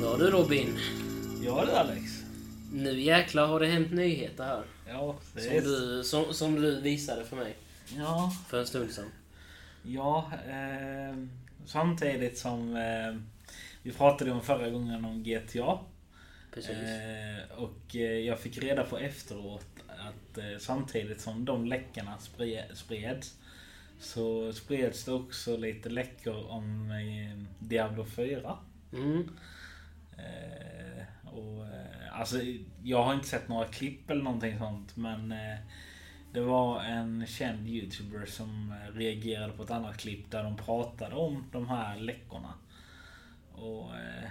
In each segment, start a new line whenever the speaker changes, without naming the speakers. Hör du Robin?
Gör det Alex?
Nu jäklar har det hänt nyheter här.
Ja, det
Som du, som, som du visade för mig
Ja,
för en stund sedan.
ja eh, samtidigt som eh, vi pratade om förra gången om GTA.
Precis.
Eh, och eh, jag fick reda på efteråt att eh, samtidigt som de läckorna spre- spreds så spreds det också lite läckor om eh, Diablo 4.
Mm.
Eh, och, eh, alltså, jag har inte sett några klipp eller någonting sånt men eh, det var en känd youtuber som eh, reagerade på ett annat klipp där de pratade om de här läckorna. Och eh,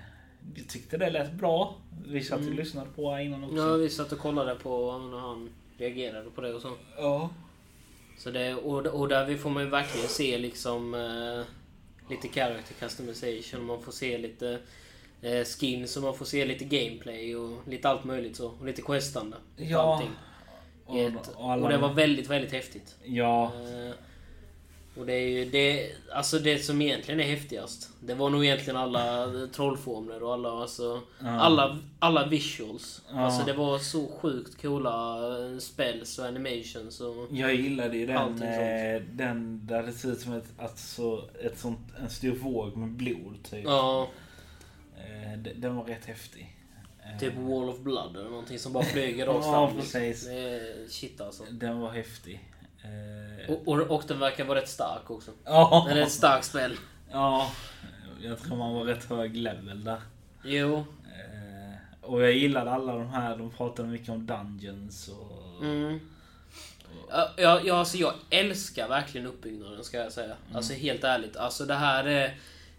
jag tyckte det lät bra. Vi satt och lyssnade på det innan också.
Ja, vi satt och kollade på när han reagerade på det och så.
Ja.
så det, och, och där vi får man ju verkligen se liksom eh, lite character customization. Man får se lite eh, skins och man får se lite gameplay och lite allt möjligt så. Och lite questande. Och
Ja.
allting.
Och,
I ett-
och alla,
och det var väldigt, väldigt häftigt.
Ja.
Eh, Och det är ju det, alltså det som egentligen är häftigast. Det var nog egentligen alla trollformler och alla, alltså, alla, alla visuals.
Ja.
Alltså det var så sjukt coola eh, spells och animations och...
Jag gillade ju den,
Allting sånt.
eh, den där det ser ut som ett, alltså, ett sånt, en stor våg med blod typ.
Ja,
Eh, d- Den var rätt häftig. Eh,
typ Wall of Blood eller någonting som bara flyger rakt
Ja,
fram. liksom.
precis.
Det är shit alltså.
Den var häftig. Eh,
Och, och, och den verkar vara rätt stark också.
Ja,
Typ- Den är ett starkt spel.
ja, jag tror man var rätt hög level där.
Jo.
Eh, Och jag gillade alla de här, de pratade mycket om dungeons och...
Mm. Ja, Ja, ja, alltså jag älskar verkligen uppbyggnaden ska jag säga. Alltså helt ärligt. Alltså det här är...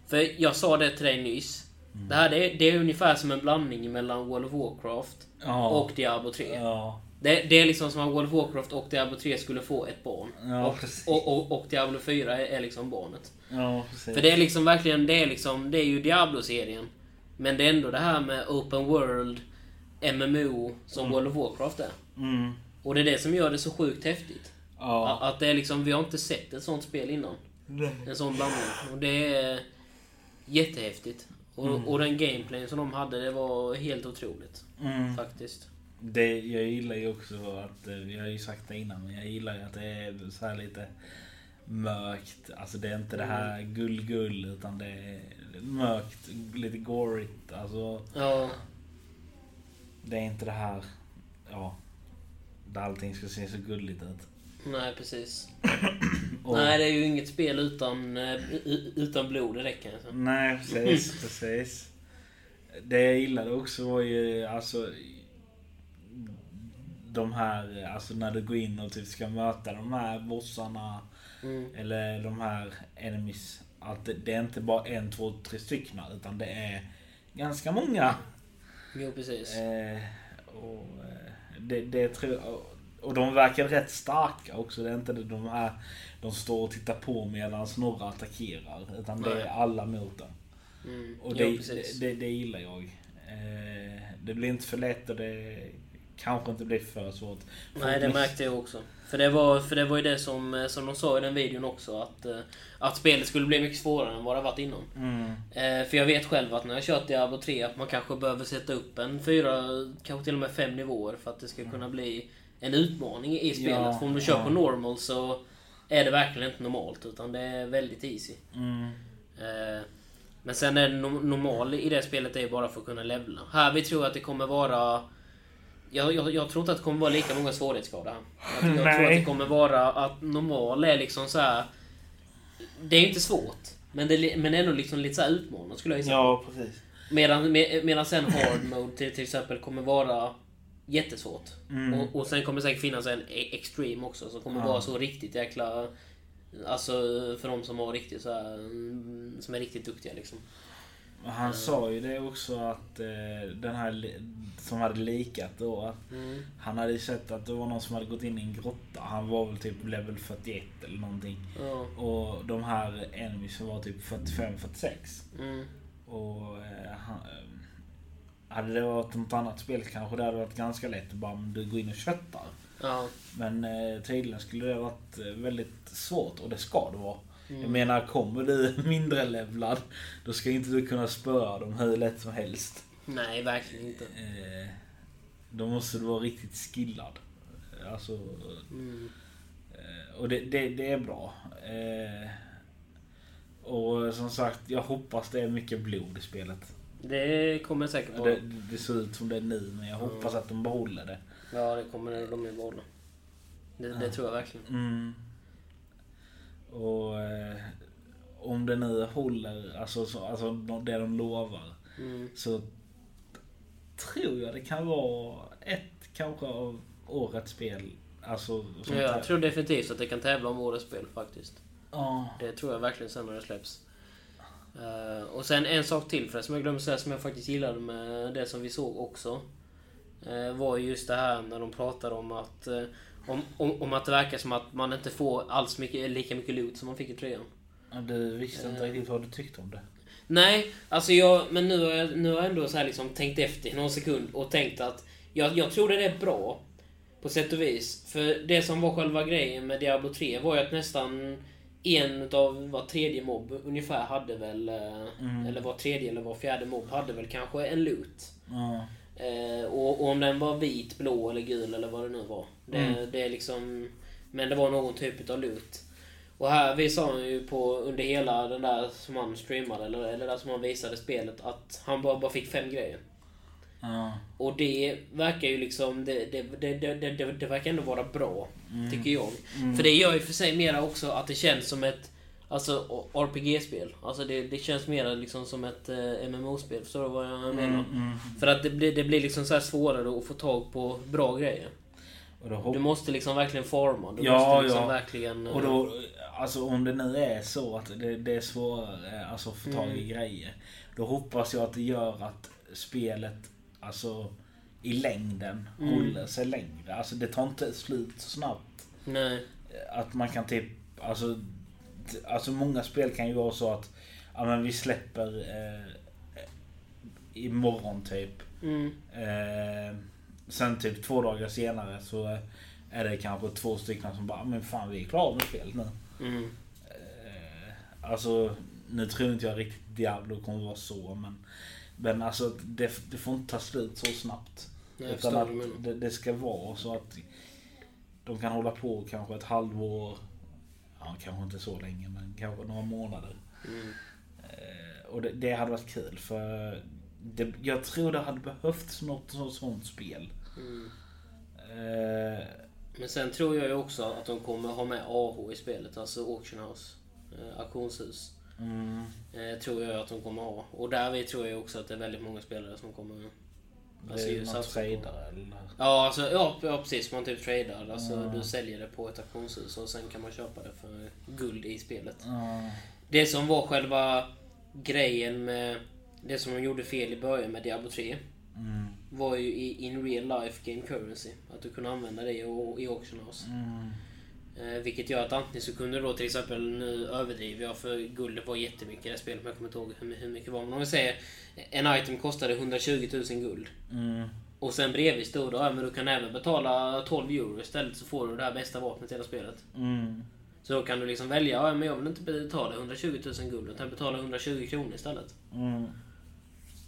För jag sa det till dig nyss. Det här det är, det är ungefär som en blandning mellan World of Warcraft
Ja.
och Diablo 3.
Ja.
Det, det är liksom som att World of Warcraft och Diablo 3 skulle få ett barn.
Ja,
och,
precis.
och, och, och Diablo 4 är, är liksom barnet.
Ja, precis.
För det är liksom verkligen, det är liksom, det är ju Diablo-serien. Men det är ändå det här med Open World, MMO, som World of Warcraft är.
Mm.
Och det är det som gör det så sjukt häftigt.
Ja.
Att det är liksom, vi har inte sett ett sånt spel innan. En sån blandning. Och det är jättehäftigt. Och, och den gameplayen som de hade, det var helt otroligt.
Mm.
Faktiskt.
Det, jag gillar ju också att, eh, jag har ju sagt det innan, men jag gillar ju att det är så här lite mörkt. Alltså det är inte det här gull-gull utan det är mörkt, lite gorigt. Alltså
Ja,
det är inte det här, ja, där allting ska se så gulligt ut.
nej precis.
Och,
Nej, det är ju inget spel utan, eh, u- utan blod alltså. direkt kan jag säga.
Nej, precis, precis. Det jag gillade också var ju alltså de här, alltså när du går in och typ ska möta de här bossarna
Mm.
Eller de här enemies. Att det, det är inte bara en, två, tre stycken utan det är ganska många.
Jo, precis.
Eh, och, eh, det, det tror jag, och de verkar rätt starka också. Det är inte de här de står och tittar på medan några attackerar. Utan det
Nej.
är alla mot dem.
Mm.
Och det,
Jo,
det,
precis.
det, det gillar jag. Eh, det blir inte för lätt och det kanske inte blir för svårt.
Nej, det märkte jag också. För det var, för det var ju det som, eh, som de sa i den videon också, att, eh, att spelet skulle bli mycket svårare än vad det varit innan.
Mm,
Eh, för jag vet själv att när jag kört Diablo 3 att man kanske behöver sätta upp en fyra, kanske till och med fem nivåer för att det ska kunna bli en utmaning i spelet.
Ja,
för om du kör
ja.
på normal så är det verkligen inte normalt utan det är väldigt easy.
mm,
Eh, men sen är det no- normal i det spelet är ju bara för att kunna levla. Här vi tror att det kommer vara... Jag, jag, jag tror inte att det kommer vara lika många svårighetsgrader här. Jag, jag tror att
Nej.
det kommer vara att normal är liksom så här. Det är inte svårt. Men det är li- men ändå liksom lite så här utmanande skulle jag gissa.
ja, precis.
Medan, med, medan sen hard mode till, till exempel kommer vara jättesvårt. Och, och sen kommer det säkert finnas en e- extreme också som kommer vara så riktigt jäkla... Alltså för de som har riktigt så här, mm, Som är riktigt duktiga liksom.
Och Han sa ju det också att eh, den här li- som hade likat då. Att
Mm.
Han hade ju sett att det var någon som hade gått in i en grotta. Han var väl typ level 41 eller någonting.
Ja.
Och de här enemies var typ 45-46.
Mm.
Och eh, han, eh, hade det varit något annat spel kanske det hade varit ganska lätt. Bara om du går in och köttar.
Ja.
Men eh, tydligen skulle det ha varit eh, väldigt svårt och det ska det vara. Jag menar kommer du mindre levlad då ska inte du kunna spöa dem hur lätt som helst.
Nej, verkligen inte.
Eh, då måste du vara riktigt skillad. Alltså,
Mm.
eh, och det, det, det är bra. Eh, och som sagt, jag hoppas det är mycket blod i spelet.
Det kommer säkert vara.
Det, det ser ut som det är nu, men jag hoppas att de behåller det.
Ja, det kommer de ju behålla. Det, det tror jag verkligen.
Mm. Och eh, om det nu håller, alltså, så, alltså det de lovar,
Mm.
så tror jag det kan vara ett kanske av årets spel. Alltså,
Ja,
som
jag
tä-
tror definitivt att det kan tävla om årets spel faktiskt.
Ja.
Det tror jag verkligen sen när det släpps. Eh, och sen en sak till för som jag glömde säga som jag faktiskt gillade med det som vi såg också. eh, var ju just det här när de pratade om att eh, om, om, om att det verkar som att man inte får alls mycket, lika mycket loot som man fick i trean.
Ja, Du visste inte riktigt vad du tyckte om det.
Nej, alltså jag, men nu har jag, nu har jag ändå så här liksom tänkt efter i någon sekund och tänkt att jag, jag tror det är bra på sätt och vis. För det som var själva grejen med Diablo 3 var ju att nästan en utav var tredje mobb ungefär hade väl, eh, eller var tredje eller var fjärde mobb hade väl kanske en loot.
Ja.
Eh, och, och om den var vit, blå eller gul eller vad det nu var. Det, det är liksom, men det var någon typ av loot. Och här visade han ju på under hela den där som han streamade, eller, eller där som han visade spelet, att han bara, bara fick fem grejer.
Ja.
Och det verkar ju liksom, det, det, det, det, det, det, det verkar ändå vara bra.
Mm.
Tycker jag. För det gör ju för sig mera också att det känns som ett Alltså o- RPG-spel. Alltså det, det känns mer liksom som ett eh, MMO-spel. Förstår du vad jag
Mm,
menar? För att det blir, det blir liksom så här svårare att få tag på bra grejer.
Och då
Du
hop-
måste liksom verkligen forma. Du
Ja,
måste liksom
ja.
verkligen... eh,
och då, alltså om det nu är så att det, det är svårare alltså, att få tag i grejer. Då hoppas jag att det gör att spelet alltså, i längden håller sig längre. Alltså det tar inte slut så snabbt.
Nej.
Att man kan typ, alltså, t- alltså många spel kan ju vara så att ja, men vi släpper eh, eh, imorgon typ.
Mm.
Eh, sen typ två dagar senare så eh, är det kanske två stycken som bara "Ah, men fan vi är klara med spelet nu.
Mm.
Eh, alltså nu tror inte jag riktigt Diablo kommer vara så men men alltså det, det får inte ta slut så snabbt.
Nej, jag
utan
förstår vad du
att
menar.
det, det ska vara så att de kan hålla på kanske ett halvår. Ja, kanske inte så länge men kanske några månader.
Mm.
Eh, Och det, det hade varit kul för det, jag tror det hade behövts något så- sånt spel.
Mm.
Eh,
Men sen tror jag ju också att de kommer ha med AH i spelet. Alltså Auction House. Eh, auktionshus.
mm,
Eh, tror jag att de kommer ha. Och där vi tror jag också att det är väldigt många spelare som kommer...
det
Alltså,
är
ju
ju någon
satsa på-
tradare eller...
Ja, alltså, ja, ja precis. Man typ tradar. Alltså, Du säljer det på ett auktionshus och sen kan man köpa det för guld i spelet.
Ja,
Det som var själva grejen med det som de gjorde fel i början med Diablo 3
mm,
var ju i in real life game currency. Att du kunde använda det i, i auction house.
mm,
Eh, vilket gör att antingen så kunde du då till exempel, nu överdriver jag för guldet var jättemycket i det här spelet men jag kommer inte ihåg hur, hur mycket det var. Men om vi säger en item kostade 120 000 guld.
mm,
Och sen bredvid stod det ja, men du kan även betala 12 euro istället så får du det här bästa vapnet i hela spelet.
mm.
Så då kan du liksom välja, ja, men jag vill inte betala 120 000 guld utan betala 120 kronor istället.
Mm.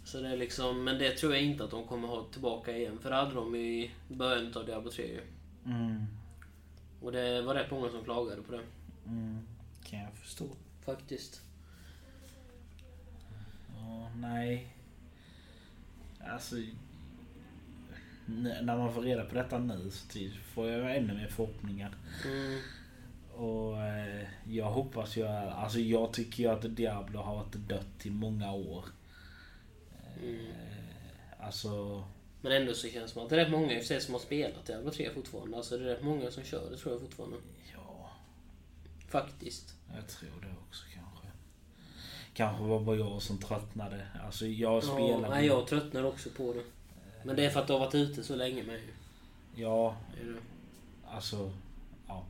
Så det är liksom, men det tror jag inte att de kommer ha tillbaka igen för det hade de i början av Diablo 3 ju.
Mm.
Och det var rätt många som klagade på det.
Mm. Kan jag förstå.
Faktiskt.
Ja, nej. Alltså... n- När man får reda på detta nu så ty- får jag ännu mer förhoppningar.
Mm.
Och eh, jag hoppas ju... Alltså jag tycker ju att Diablo har varit dött i många år.
Mm.
Eh, Alltså...
Men ändå så känns det som att det är rätt många i och för sig som har spelat Diablo 3 fortfarande. Alltså det är rätt många som kör det tror jag fortfarande.
Ja,
Faktiskt.
jag tror det också kanske. Kanske var bara jag som tröttnade. Alltså jag
Ja,
spelar...
nej, jag tröttnar också på det. Men det är för att det har varit ute så länge med ju.
ja,
Det är det.
Alltså, ja.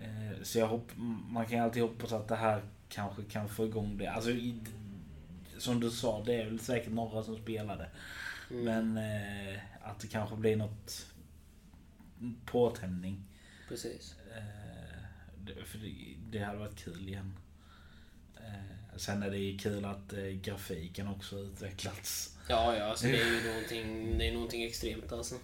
Eh, Så jag hopp, man kan ju alltid hoppas att det här kanske kan få igång det. Alltså, i- som du sa, det är väl säkert några som spelar det.
Mm.
Men eh, att det kanske blir något påtändning.
Precis.
Eh, det- För det, det hade varit kul igen. Eh, Sen är det ju kul att eh, grafiken också har utvecklats.
Ja, ja, alltså det är ju någonting, det är någonting extremt alltså.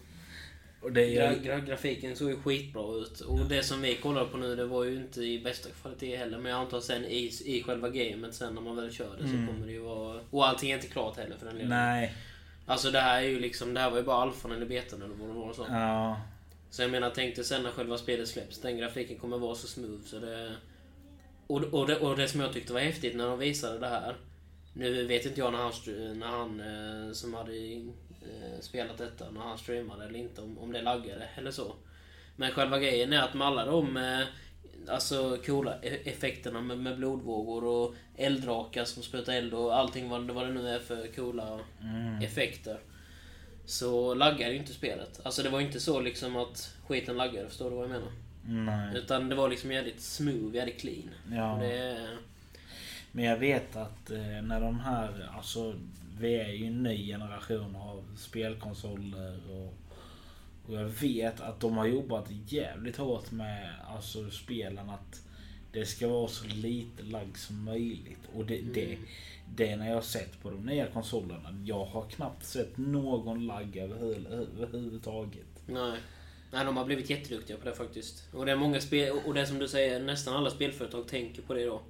Och det
Gra
är ju...
gra grafiken såg ju skitbra ut. Och det som vi kollade på nu, det var ju inte i bästa kvalitet heller. Men jag antar sen i, i själva gamet, sen när man väl kör det, så kommer det ju vara... Och allting är inte klart heller för den delen.
Nej.
Alltså det här är ju liksom, det här var ju bara alfan eller betan eller vad det var och så.
Ja.
Så jag menar, tänk dig sen när själva spelet släpps. Den grafiken kommer vara så smooth så det... Och, och, det, och det som jag tyckte var häftigt när de visade det här. Nu vet inte jag när han, str- när han eh, som hade eh, spelat detta, när han streamade eller inte, om, om det laggade eller så. Men själva grejen är att med alla de eh, alltså coola e- effekterna med, med blodvågor och elddrakar som sprutar eld och allting vad, vad det nu är för coola effekter så laggar ju inte spelet. Alltså det var ju inte så liksom att skiten laggade, förstår du vad jag menar?
Nej.
Utan det var liksom jävligt smooth, jävligt clean.
Ja.
Och Det,
Men jag vet att eh, när de här, alltså vi är ju en ny generation av spelkonsoler och, och jag vet att de har jobbat jävligt hårt med alltså, spelen att det ska vara så lite lagg som möjligt. Och det, det,
Mm.
det när jag har sett på de nya konsolerna. Jag har knappt sett någon lagg överhu- överhuvudtaget.
nej. nej, de har blivit jätteduktiga på det faktiskt. Och det är många spel, och det som du säger, nästan alla spelföretag tänker på det då.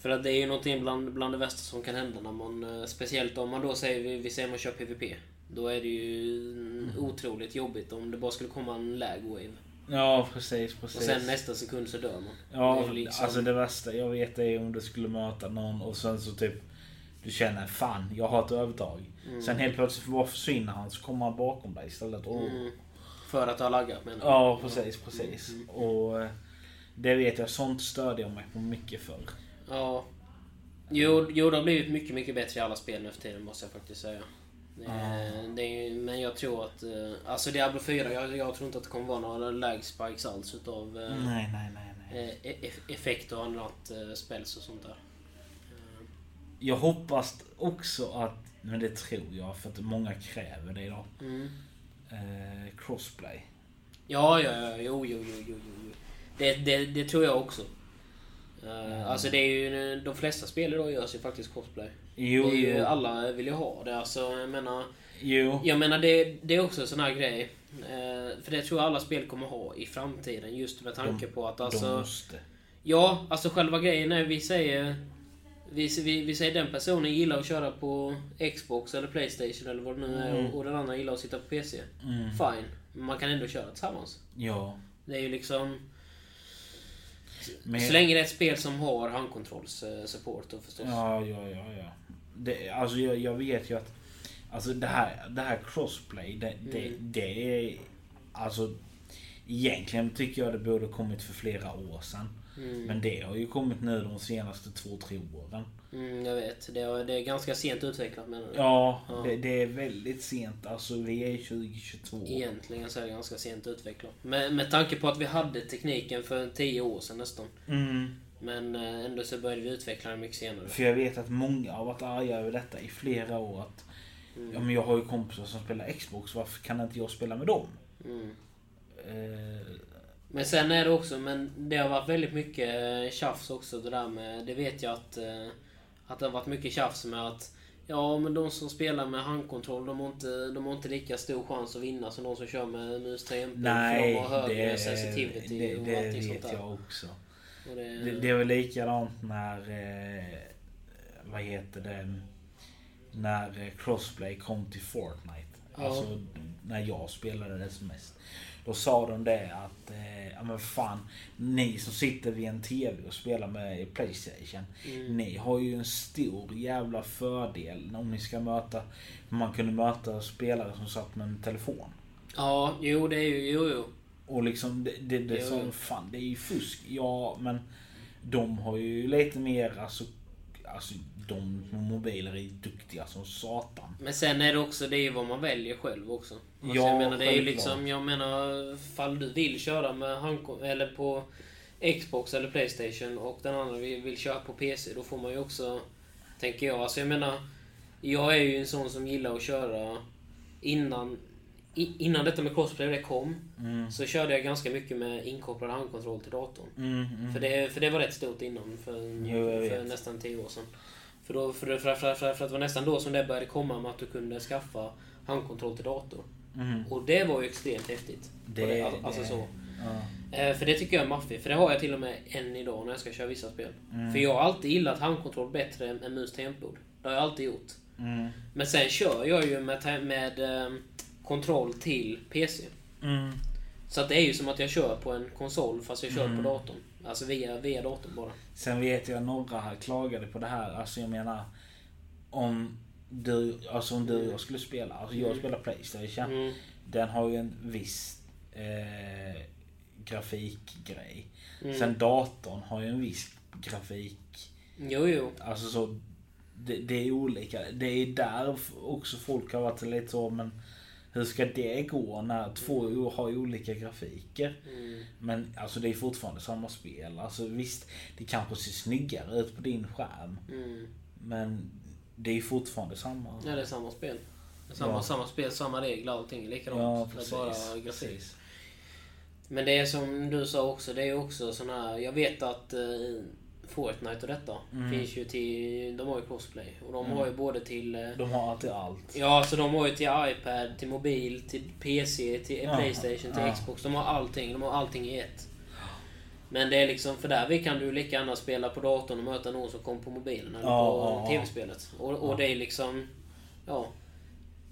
För att det är ju någonting bland, bland det värsta som kan hända när man, eh, speciellt om man då säger, vi, vi säger man kör PVP. Då är det ju mm, otroligt jobbigt om det bara skulle komma en lag wave.
Ja precis, precis.
Och sen nästa sekund så dör man.
Ja,
Det är liksom-
alltså det värsta jag vet är om du skulle möta någon och sen så typ du känner fan, jag har ett övertag. Sen helt plötsligt bara försvinner han så kommer han bakom dig istället. Och,
Mm. Mm. För att ha laggat menar jag.
Ja, precis, precis.
Mm.
Och eh, det vet jag, sånt stödde jag mig på mycket förr.
Ja. Jo, jo, det har blivit mycket, mycket bättre i alla spel nu för tiden måste jag faktiskt säga. Eh, Det är, ju- men jag tror att... eh, Alltså Diablo 4, jag, jag tror inte att det kommer vara några lag spikes alls utav eh,
Nej, nej, nej, nej.
eh, eff- effekt och annat eh, spells och sånt där. Eh,
Jag hoppas också att, men det tror jag för att många kräver det idag.
Mm.
Eh, crossplay.
Ja, ja, ja, jo, jo, jo, jo, jo. Det, det, det tror jag också. Eh,
Mm.
Alltså det är ju... De flesta spel idag görs ju faktiskt cosplay.
Jo,
det är ju,
jo.
alla vill ju ha det. Alltså, jag menar...
jo.
Jag menar det, det är också en sån här grej. Eh, för det tror jag alla spel kommer ha i framtiden. Just med tanke på att
De
alltså...
måste.
Ja, alltså själva grejen är vi säger... Vi, vi, vi säger den personen gillar att köra på Xbox eller Playstation eller vad det nu är. Och, och den andra gillar att sitta på PC.
Mm.
Fine. Men man kan ändå köra tillsammans.
Ja.
Det är ju liksom...
Men-
Så länge det är ett spel som har handkontrolls-support då förstås.
Ja, ja, ja. ja. Det, alltså jag, jag vet ju att alltså det här, det här crossplay, det, det, det är... Alltså, egentligen tycker jag det borde kommit för flera år sedan. Men det har ju kommit nu de senaste två, tre åren.
Mm, jag vet. Det, är- det är ganska sent utvecklat menar du?
Ja, Det, det är väldigt sent. Alltså vi är 2022.
Egentligen så är det ganska sent utvecklat. Med, med tanke på att vi hade tekniken för 10 år sedan nästan.
Mm.
Men eh, ändå så började vi utveckla den mycket senare.
För jag vet att många har varit arga över detta i flera år. Att, ja, men jag har ju kompisar som spelar Xbox, varför kan inte jag spela med dem?
Mm.
Eh,
Men sen är det också, men det har varit väldigt mycket eh, tjafs också det där med, det vet jag att, eh, att det har varit mycket tjafs med att Ja men de som spelar med handkontroll de har inte, de har inte lika stor chans att vinna som de som kör med mus 3 för de
Nej,
har högre
det,
sensitivity
det,
och
det
allting sånt
vet
där.
jag också.
Och det,
Det, det är väl likadant när... Eh, vad heter det? När eh, Crossplay kom till Fortnite.
Ja.
Alltså när jag spelade det som mest. Då sa de det att, eh, ja men fan, ni som sitter vid en TV och spelar med Playstation.
Mm.
Ni har ju en stor jävla fördel om ni ska möta, man kunde möta spelare som satt med en telefon.
Ja, jo det är ju, jo jo.
Och liksom det, det, det
Jo.
som fan det är ju fusk. Ja men de har ju lite mer alltså, alltså de på mobiler är duktiga som satan.
Men sen är det också det är ju vad man väljer själv också. Alltså,
Ja,
jag menar det är ju
självklart.
liksom, jag menar fall du vill köra med handkon- eller på Xbox eller Playstation och den andra vill, vill köra på PC. Då får man ju också, tänker jag. Alltså jag menar, jag är ju en sån som gillar att köra innan i, innan detta med Crossplay det kom
Mm.
så körde jag ganska mycket med inkopplad handkontroll till datorn.
Mm, mm.
För, det, för det var rätt stort innan, för,
Jo, jag
för
vet.
nästan 10 år sedan. För, då, för, för, för, för, för att det var nästan då som det började komma med att du kunde skaffa handkontroll till dator.
Mm.
Och det var ju extremt häftigt.
Det-
Och det, al- alltså
det-
så.
Ja.
Eh, För det tycker jag är maffigt, för det har jag till och med än idag när jag ska köra vissa spel.
Mm.
För jag har alltid gillat handkontroll bättre än än mus tangentbord. Det har jag alltid gjort.
Mm.
Men sen kör jag ju med, ta- med ehm, kontroll till PC.
Mm.
Så att det är ju som att jag kör på en konsol fast jag kör
Mm.
på datorn. Alltså via, via datorn bara.
Sen vet jag några här klagade på det här. Alltså jag menar om du, alltså om du och jag skulle spela. Alltså jag spelar Playstation.
Mm.
Den har ju en viss eh, grafikgrej.
Mm.
Sen datorn har ju en viss grafik.
Jo, jo.
Alltså så det, det är olika. Det är där f- också folk har varit lite så men hur ska det gå när två o- har ju olika grafiker?
Mm.
Men alltså det är fortfarande samma spel. Alltså visst, det kanske ser snyggare ut på din skärm.
Mm.
Men det är fortfarande samma.
Ja, det är samma spel. Det är Samma,
Ja.
samma spel, samma regler, allting är likadant.
Ja,
det är
precis.
bara grafik.
precis.
Men det är som du sa också, det är ju också sån här... Jag vet att eh, Fortnite och detta
Mm.
finns ju till... De har ju crossplay. Och de har ju både till... eh,
De har alltid allt.
Ja, så de har ju till iPad, till mobil, till PC, till
Ja,
Playstation, till
ja.
Xbox. De har allting. De har allting i ett. Men det är liksom, för där vi kan du lika gärna spela på datorn och möta någon som kom på mobilen eller
Ja,
på
ja, ja.
TV-spelet. Och, och det är liksom... Ja.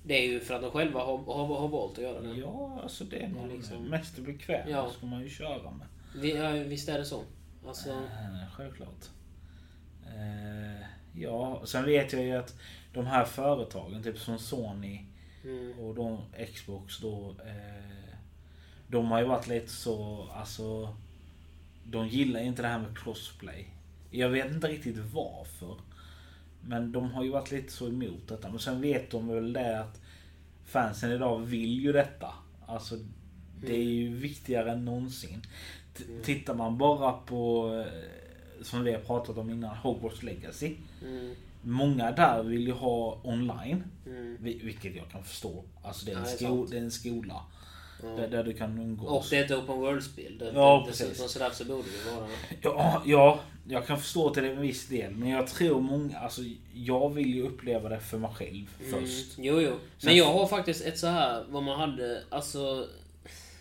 Det är ju för att de själva har, har, har valt att göra det.
Ja, alltså det är man
liksom-
mest bekväm.
Ja.
ska man ju köra med.
Vi, ja, visst är det så? Alltså...
Eh, Självklart. Eh, Ja, sen vet jag ju att de här företagen, typ som Sony
Mm,
och de Xbox då. eh, De har ju varit lite så, alltså. De gillar ju inte det här med crossplay. Jag vet inte riktigt varför. Men de har ju varit lite så emot detta. Men sen vet de väl det att fansen idag vill ju detta. Alltså det är ju viktigare än någonsin. T- Tittar man bara på, eh, som vi har pratat om innan, Hogwarts Legacy.
mm,
Många där vill ju ha online.
mm.
Vi- Vilket jag kan förstå. Alltså det är en,
Ja, det är
sko-
sant.
det är en skola.
Ja.
Där, där du kan umgås.
Och det är ett open world-spel. Det-
Ja,
det-
precis.
Dessutom så därför så borde det ju vara...
Ja, ja, jag kan förstå till en viss del. Men jag tror många... Alltså, jag vill ju uppleva det för mig själv först.
Mm, jo, jo.
Sen-
Men jag har faktiskt ett så här vad man hade, alltså...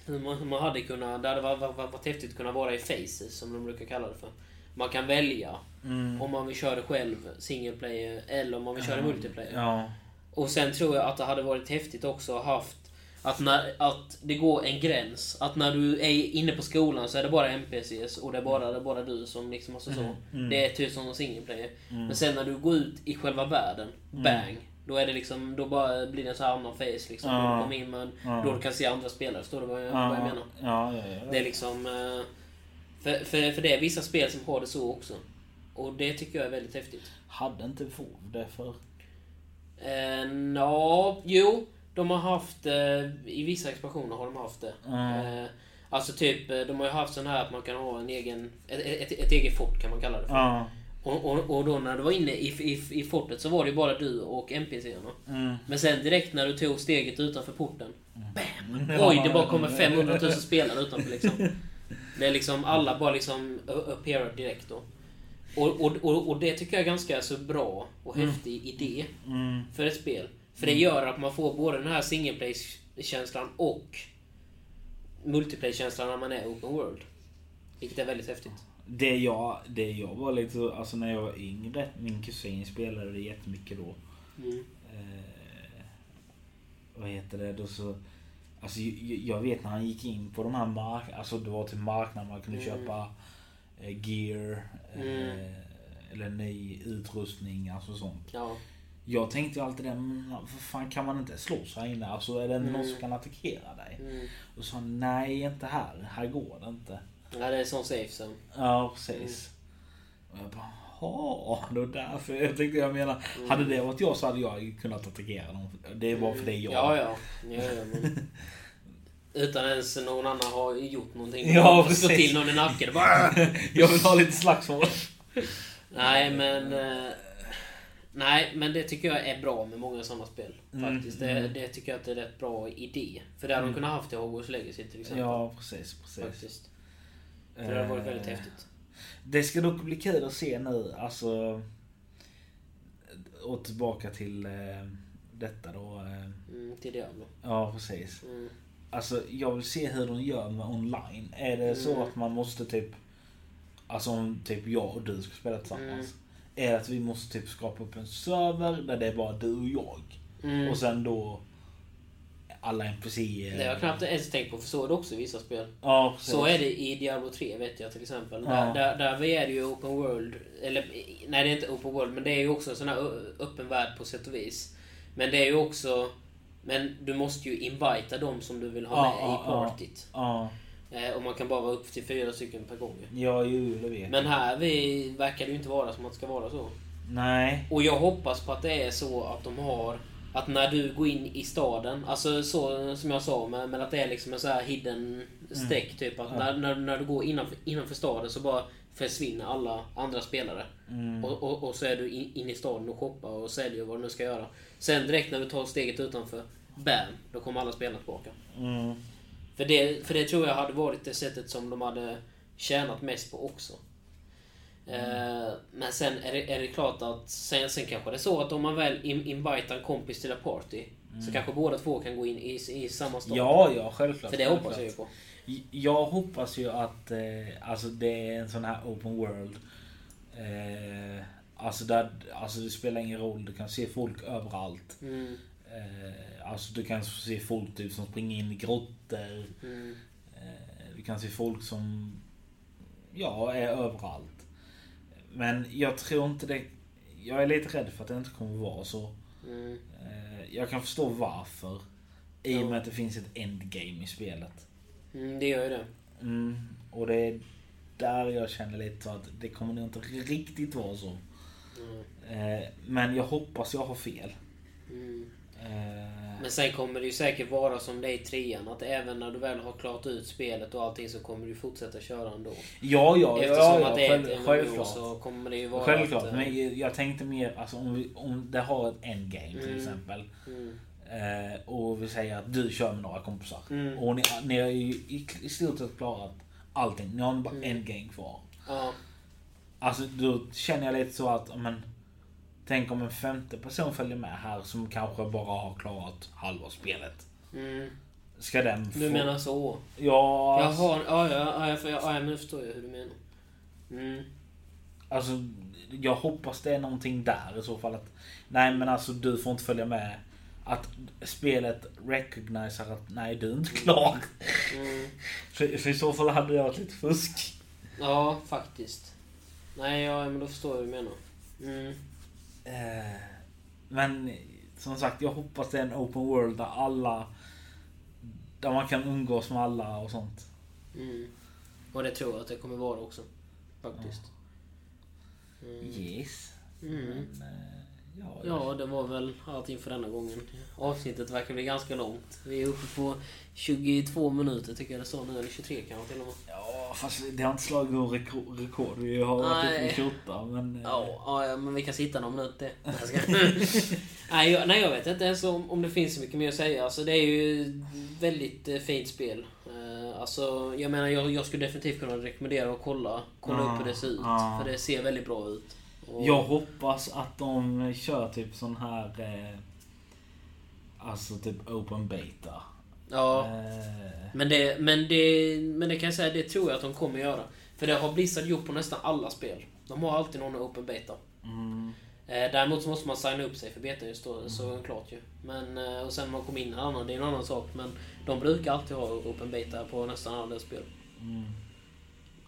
Hur man, hur man hade kunnat, det hade varit, varit, varit häftigt att kunna vara i Faces, som de brukar kalla det för. Man kan välja
Mm.
om man vill köra det själv, single player, eller om man vill köra multiplayer.
Ja.
Och sen tror jag att det hade varit häftigt också att haft att, när, att det går en gräns. Att när du är inne på skolan så är det bara NPCs och det är bara, det är bara du som liksom, alltså
Mm.
så. Det är typ som en single player. Men sen när du går ut i själva världen,
Mm.
bang. Då är det liksom, då bara blir det en sån här annan face liksom.
Ja.
Då du kommer in med, en-
Ja.
då du kan se andra spelare. Förstår du vad jag, vad jag
Ja,
menar?
ja, ja, ja.
Det är liksom... eh, För, för, för det är vissa spel som har det så också. Och det tycker jag är väldigt häftigt.
Hade inte FoV det för
Eh, ja, jo. De har haft, eh, i vissa expansioner har de haft det.
Mm.
Eh, alltså typ, eh, de har ju haft sån här att man kan ha en egen, ett, ett, ett eget fort kan man kalla det för.
Ja.
Och, och, och då när du var inne i, i, i fortet så var det ju bara du och NPCerna.
Mm.
Men sen direkt när du tog steget utanför porten. Oj, det bara kommer 500 000 spelare utanför liksom. Det är liksom alla bara liksom a- appearar direkt då. Och, och, och, och det tycker jag är ganska så bra och häftig idé
Mm.
för ett spel. För det gör att man får både den här singleplay-känslan och multiplay-känslan när man är open world. Vilket är väldigt häftigt.
Det jag, det jag var lite så- alltså när jag var yngre, min kusin spelade det jättemycket då.
Mm.
Eh, vad heter det? Då så, alltså, jag, jag vet när han gick in på de här mark, alltså det var till marknaden man kunde
Mm.
köpa eh, gear eh,
Mm.
eller ny utrustning, alltså sånt.
Ja.
Jag tänkte ju alltid det, men vad fan kan man inte slå så här inne? Alltså är det
Mm.
någon som kan attackera dig?
Mm.
Och sa han, nej inte här, här går det inte.
ja, det är sån safe zone.
Ja, precis.
Mm.
Och jag bara, jaha, det var därför. Jag tänkte, jag menar,
Mm.
hade det varit jag så hade jag kunnat attackera dem. Det var för det jag.
Ja, ja. ja, ja men... Utan ens någon annan har gjort någonting.
Ja,
Bara
precis.
Slå till någon i nacken. Bara...
Jag vill ha lite slagsmål.
Nej, men... eh, Nej, men det tycker jag är bra med många sådana spel.
Mm,
Faktiskt. Det,
mm.
det tycker jag att det är rätt bra idé. För det hade de kunnat haft i Hogwarts Legacy till exempel.
Ja, precis. precis.
Faktiskt. För det hade varit väldigt
Eh,
häftigt.
Det ska dock bli kul att se nu, alltså... Och tillbaka till eh, detta då. eh,
Mm, till Diablo.
Ja, precis.
Mm.
Alltså, jag vill se hur de gör med online. Är det så
Mm.
att man måste typ... Alltså om typ jag och du ska spela tillsammans.
Mm.
Är det att vi måste typ skapa upp en server där det är bara du och jag.
Mm.
Och sen då... Alla NPCer.
Det har jag knappt ens tänkt på, för så är det också i vissa spel.
Ja, precis.
Så är det i Diablo 3 vet jag till exempel.
Ja.
Där, där, där är det ju open world. Eller nej, det är inte open world, men det är ju också en sån här ö- öppen värld på sätt och vis. Men det är ju också... Men du måste ju invita dem som du vill ha
Ja,
med
ja,
i
ja.
partyt.
Ja,
Eh, Och man kan bara vara upp till fyra stycken per gång. ju.
ja ju, det vet
Men
jag.
här vi verkar det ju inte vara som att det ska vara så.
Nej.
Och jag hoppas på att det är så att de har att när du går in i staden, alltså så som jag sa, men, men att det är liksom en så här hidden streck typ. Att
Mm. Ja.
när, när, när du går innanför, innanför staden så bara försvinner alla andra spelare.
Mm.
Och, och, och så är du in, in i staden och shoppar och säljer vad du nu ska göra. Sen direkt när du tar steget utanför, bam, då kommer alla spelarna tillbaka.
Mm.
För det, för det tror jag hade varit det sättet som de hade tjänat mest på också. Eh, men sen är det, är det klart att sen, sen kanske det är så att om man väl in, invitar en kompis till ett party så kanske båda två kan gå in i, i samma stad.
Mm. Ja, ja, självklart.
för det
självklart.
hoppas jag ju på.
Jag hoppas ju att eh, alltså det är en sån här open world. Eh, alltså, där, alltså det spelar ingen roll, du kan se folk överallt.
Mm,
Eh, alltså du kan se folk typ, som springer in i grottor.
mm,
Eh, du kan se folk som ja, är överallt. Men jag tror inte det... Jag är lite rädd för att det inte kommer vara så.
mm,
Eh, jag kan förstå varför. I och
Ja.
med att det finns ett endgame i spelet.
mm, det gör ju det.
Mm, och det är där jag känner lite så att det kommer nog inte riktigt vara så.
Mm,
Eh, men jag hoppas jag har fel.
mm.
Eh,
Men sen kommer det ju säkert vara som det är i trean. Att även när du väl har klart ut spelet och allting så kommer du fortsätta köra ändå.
ja, ja,
Eftersom
ja, ja
att det är ett
själv,
MMO
självklart.
så kommer det ju vara
självklart.
att... eh,
Men jag tänkte mer alltså, om, vi, om det har ett endgame till
Mm.
exempel.
mm,
Eh, och vi säger att du kör med några kompisar.
Mm.
Och ni, ni har ju i, i stort sett klarat allting. Ni har bara
Mm.
endgame kvar.
ja.
Alltså då känner jag lite så att men, Tänk om en femte person följer med här som kanske bara har klarat halva spelet.
Mm.
Ska den
Du menar så?
Ja, alltså,
Jaha, ja, ja, ja, för jag, ja, men nu förstår jag hur du menar. Mm.
alltså, jag hoppas det är någonting där i så fall. Att, nej men alltså du får inte följa med. Att spelet recogniserar att nej du är inte klar.
Mm.
För, för i så fall hade jag varit lite fusk.
Ja, faktiskt. Nej, ja, men då förstår jag hur du menar. Mm.
Eh, Men som sagt, jag hoppas det är en open world där alla... Där man kan umgås med alla och sånt.
Mm. Och det tror jag att det kommer vara också. Faktiskt. Mm.
Yes.
Mm.
Men, eh, ja,
Ja, det var väl allting för denna gången. Avsnittet verkar bli ganska långt. Vi är uppe på 22 minuter tycker jag det står nu, eller 23 kanske till och med.
ja, fast det har inte slagit vår reko- rekord. Vi har varit uppe i
Nej.
28, men... eh,
Ja, ja, ja, men vi kan sitta någon minut det. Jag ska- nej, jag, nej, jag vet inte ens om, om det finns så mycket mer att säga. Alltså, det är ju väldigt eh, fint spel. Eh, alltså, jag menar, jag, jag skulle definitivt kunna rekommendera att kolla, kolla
Ja,
upp hur det ser ut.
ja.
För det ser väldigt bra ut. Och,
Jag hoppas att de kör typ sån här... Eh, alltså typ open beta.
ja
Eh,
men, det, men, det, men det kan jag säga, det tror jag att de kommer göra. För det har Blizzard gjort på nästan alla spel. De har alltid någon open beta.
mm,
Eh, Däremot så måste man signa upp sig för beta just då, så klart ju. Men, eh, och sen när man kommer in i en annan, det är en annan sak. Men de brukar alltid ha open beta på nästan alla deras spel.
mm,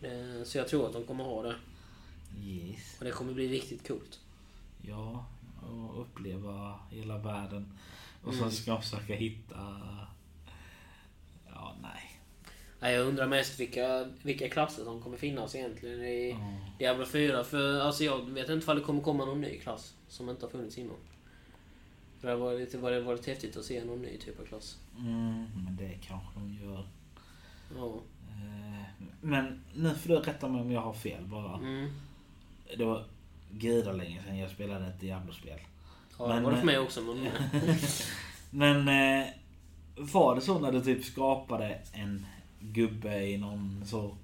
Eh, Så jag tror att de kommer ha det.
yes.
Och det kommer bli riktigt coolt.
Ja, och uppleva hela världen. Och
Mm.
sen ska jag försöka hitta... Ja, nej.
Nej, Jag undrar mest vilka, vilka klasser som kommer finnas egentligen i
Ja.
Diablo 4. För alltså jag vet inte ifall det kommer komma någon ny klass som inte har funnits innan. För det var lite varit, varit häftigt att se någon ny typ av klass.
Mm, men det kanske de gör.
Ja.
Eh, Men nu får du rätta mig om jag har fel bara.
Mm.
Det var gud länge sedan jag spelade ett Diablo-spel.
Ja, det
Men,
var det för
eh,
mig också. Men... mm.
Men eh, var det så när du typ skapade en gubbe i någon så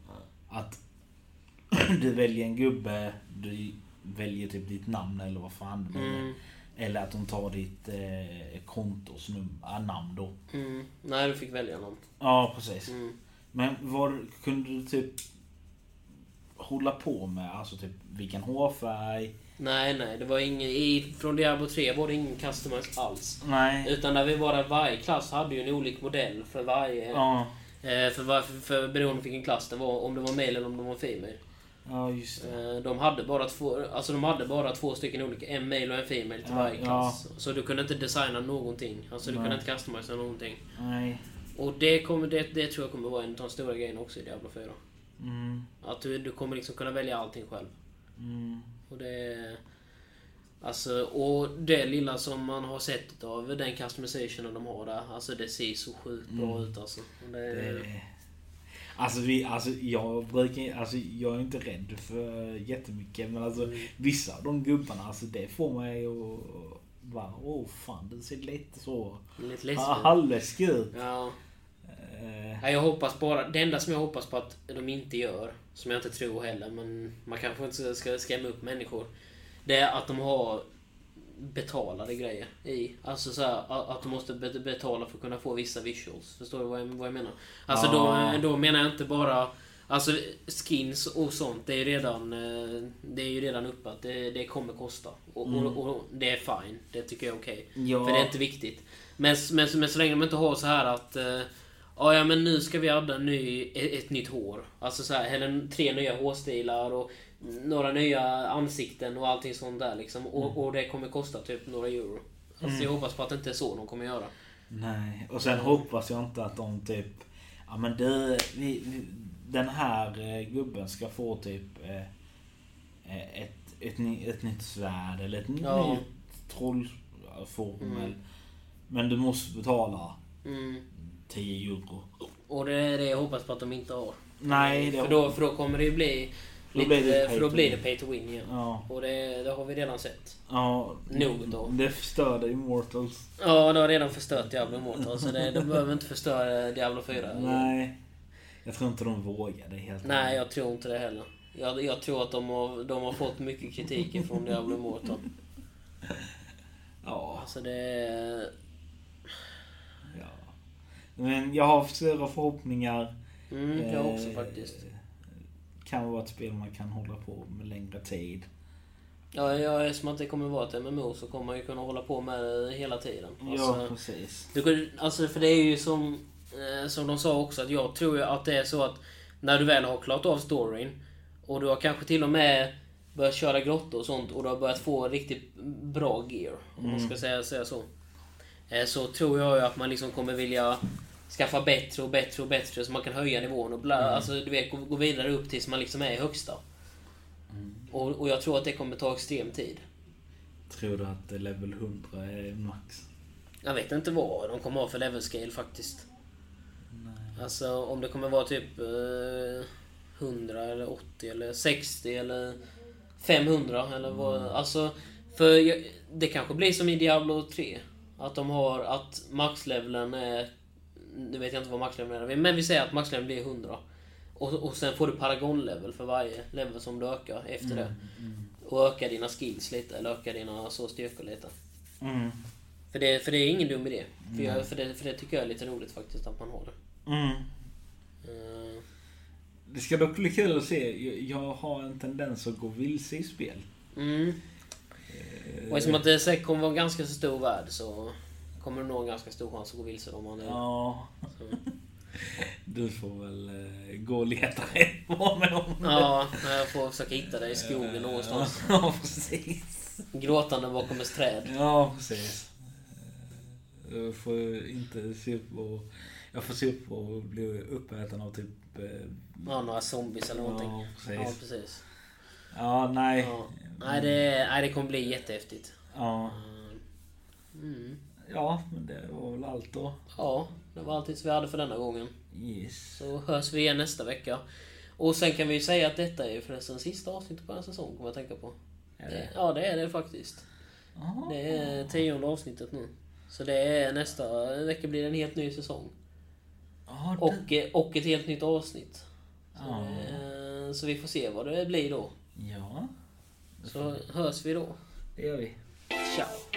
att du väljer en gubbe, du väljer typ ditt namn eller vad fan du väljer.
Mm,
Eller att de tar ditt eh, kontos num- ah, namn då.
mm. Nej, du fick välja någon.
Ja, precis.
Mm.
Men var kunde du typ hålla på med alltså typ vilken hårfärg?
Nej, nej. Det var ingen, i, från Diablo 3 var det ingen customize alls.
Nej.
Utan där vi var där, varje klass hade ju en olik modell för varje...
Ja,
Eh, för, var, för, för beroende på vilken klass det var, om det var male eller om det var female.
ja just det.
Eh, De hade bara två, alltså de hade bara två stycken olika, en male och en female till
Ja,
varje
ja.
klass. Så du kunde inte designa någonting. Alltså du
Nej.
kunde inte customisa någonting.
Nej.
Och det, kommer, det, det tror jag kommer vara en av de stora grejerna också i Diablo 4.
Mm.
Att du, du kommer liksom kunna välja allting själv.
Mm.
Och det... Alltså, och det lilla som man har sett av den customizationen de har där. Alltså det ser så sjukt bra ut alltså. Och Det,
Det- Eh. Alltså, vi, alltså, jag brukar, alltså jag är inte rädd för jättemycket men alltså vissa av de gubbarna, alltså det får mig att bara åh fan det ser lite så
det är lite
ha-
läskigt.
halvläskig ut.
Ja.
Eh,
Ja, Jag hoppas bara, det enda som jag hoppas på att de inte gör, som jag inte tror heller, men man kanske inte ska skrämma upp människor. Det är att de har betalade grejer i. Alltså så här, a- att de måste bet- betala för att kunna få vissa visuals. Förstår du vad jag, vad jag menar? Alltså
Ja.
då, då menar jag inte bara Alltså skins och sånt, det är ju redan, eh, det är ju redan uppe att det, det kommer kosta. Och, och, och det är fine, det tycker jag är okej.
Ja.
För det är inte viktigt. Men, men, men så länge de inte har så här att eh, ja, ja men nu ska vi adda en ny, ett, ett nytt hår. Alltså så här, eller tre nya hårstilar och några nya ansikten och allting sånt där liksom. Och, och det kommer kosta typ några euro. Alltså jag hoppas på att det inte är så de kommer göra.
Nej, och sen hoppas jag inte att de typ... Ja men du, vi, vi, den här eh, gubben ska få typ eh, eh, ett, ett, ny- ett nytt svärd eller ett
Ja.
nytt trollformel. Men du måste betala
Mm.
10 euro.
Och det är det jag hoppas på att de inte har.
Nej, det
Eh, för, då, för då kommer det ju bli...
Då
Lite,
blir det pay
för då
to
blir det
win.
pay to win igen.
Ja.
Och det, det har vi redan sett.
ja
Nog då.
Det förstörde Immortals.
Ja, det har redan förstört Diablo Immortal. Så det, de behöver inte förstöra Diablo 4.
Nej. Jag tror inte de vågade helt
Nej, jag tror inte det heller. Jag, jag tror att de har, de har fått mycket kritik från Diablo Immortal.
Ja.
Alltså det... är-
Ja. Men jag har stora förhoppningar.
Mm, jag också
Eh,
faktiskt.
Kan vara ett spel man kan hålla på med längre tid.
Ja, ja, eftersom att det kommer vara ett MMO så kommer man ju kunna hålla på med det hela tiden. Alltså,
ja, precis.
Du kan, alltså för det är ju som, eh, som de sa också, att jag tror ju att det är så att när du väl har klarat av storyn och du har kanske till och med börjat köra grottor och sånt och du har börjat få riktigt bra gear, om man ska säga, säga så. Eh, Så tror jag ju att man liksom kommer vilja skaffa bättre och bättre och bättre så man kan höja nivån och bla, alltså, du vet, gå, gå vidare upp tills man liksom är i högsta. Och, och jag tror att det kommer ta extrem tid.
Tror du att level 100 är max?
Jag vet inte vad de kommer ha för level scale faktiskt.
Nej.
Alltså om det kommer vara typ eh, 100 eller 80 eller 60 eller 500 eller vad. Alltså, för jag, det kanske blir som i Diablo 3. Att de har att maxleveln är... Nu vet jag inte vad maxleveln är, men vi säger att maxleveln blir 100. Och, och sen får du paragonlevel för varje level som du ökar efter det. Och ökar dina skills lite, eller ökar dina så styrkor lite.
Mm.
För det, för det är ingen dum idé. För, jag, för, det, för det tycker jag är lite roligt faktiskt att man har det.
Mm.
Eh,
Det ska dock bli kul att se. Jag, jag har en tendens att gå vilse i spel.
Mm. Och eftersom att det säkert kommer vara en ganska så stor värld så kommer du nog ha en ganska stor chans att gå vilse om man är...
Ja. Du får väl eh, gå och leta rätt på mig om
Ja, jag får försöka hitta dig i
Eh.
skogen någonstans.
Ja, precis.
Gråtande bakom ett träd.
Ja, precis. Eh, Jag får inte se upp och... Jag får se upp och bli uppäten av typ... eh,
Ja, några zombies eller någonting.
Ja,
Ja,
precis.
precis.
Ja, nej.
Ja. Nej, det, nej, det kommer bli jättehäftigt. Eh,
Ja.
Mm.
Ja, men det var väl allt då.
Ja, det var allt tills vi hade för denna gången.
Yes.
Så hörs vi igen nästa vecka. Och sen kan vi ju säga att detta är ju förresten sista avsnittet på den här säsongen, kommer jag tänka på.
Är det?
Ja, det är det faktiskt.
Aha.
Det är tionde avsnittet nu. Så det är nästa vecka blir det en helt ny säsong.
Ja, det-
Och, eh, och ett helt nytt avsnitt. Så,
Ja.
eh, så vi får se vad det blir då.
Ja,
Så hörs vi då.
det gör vi.
Ciao!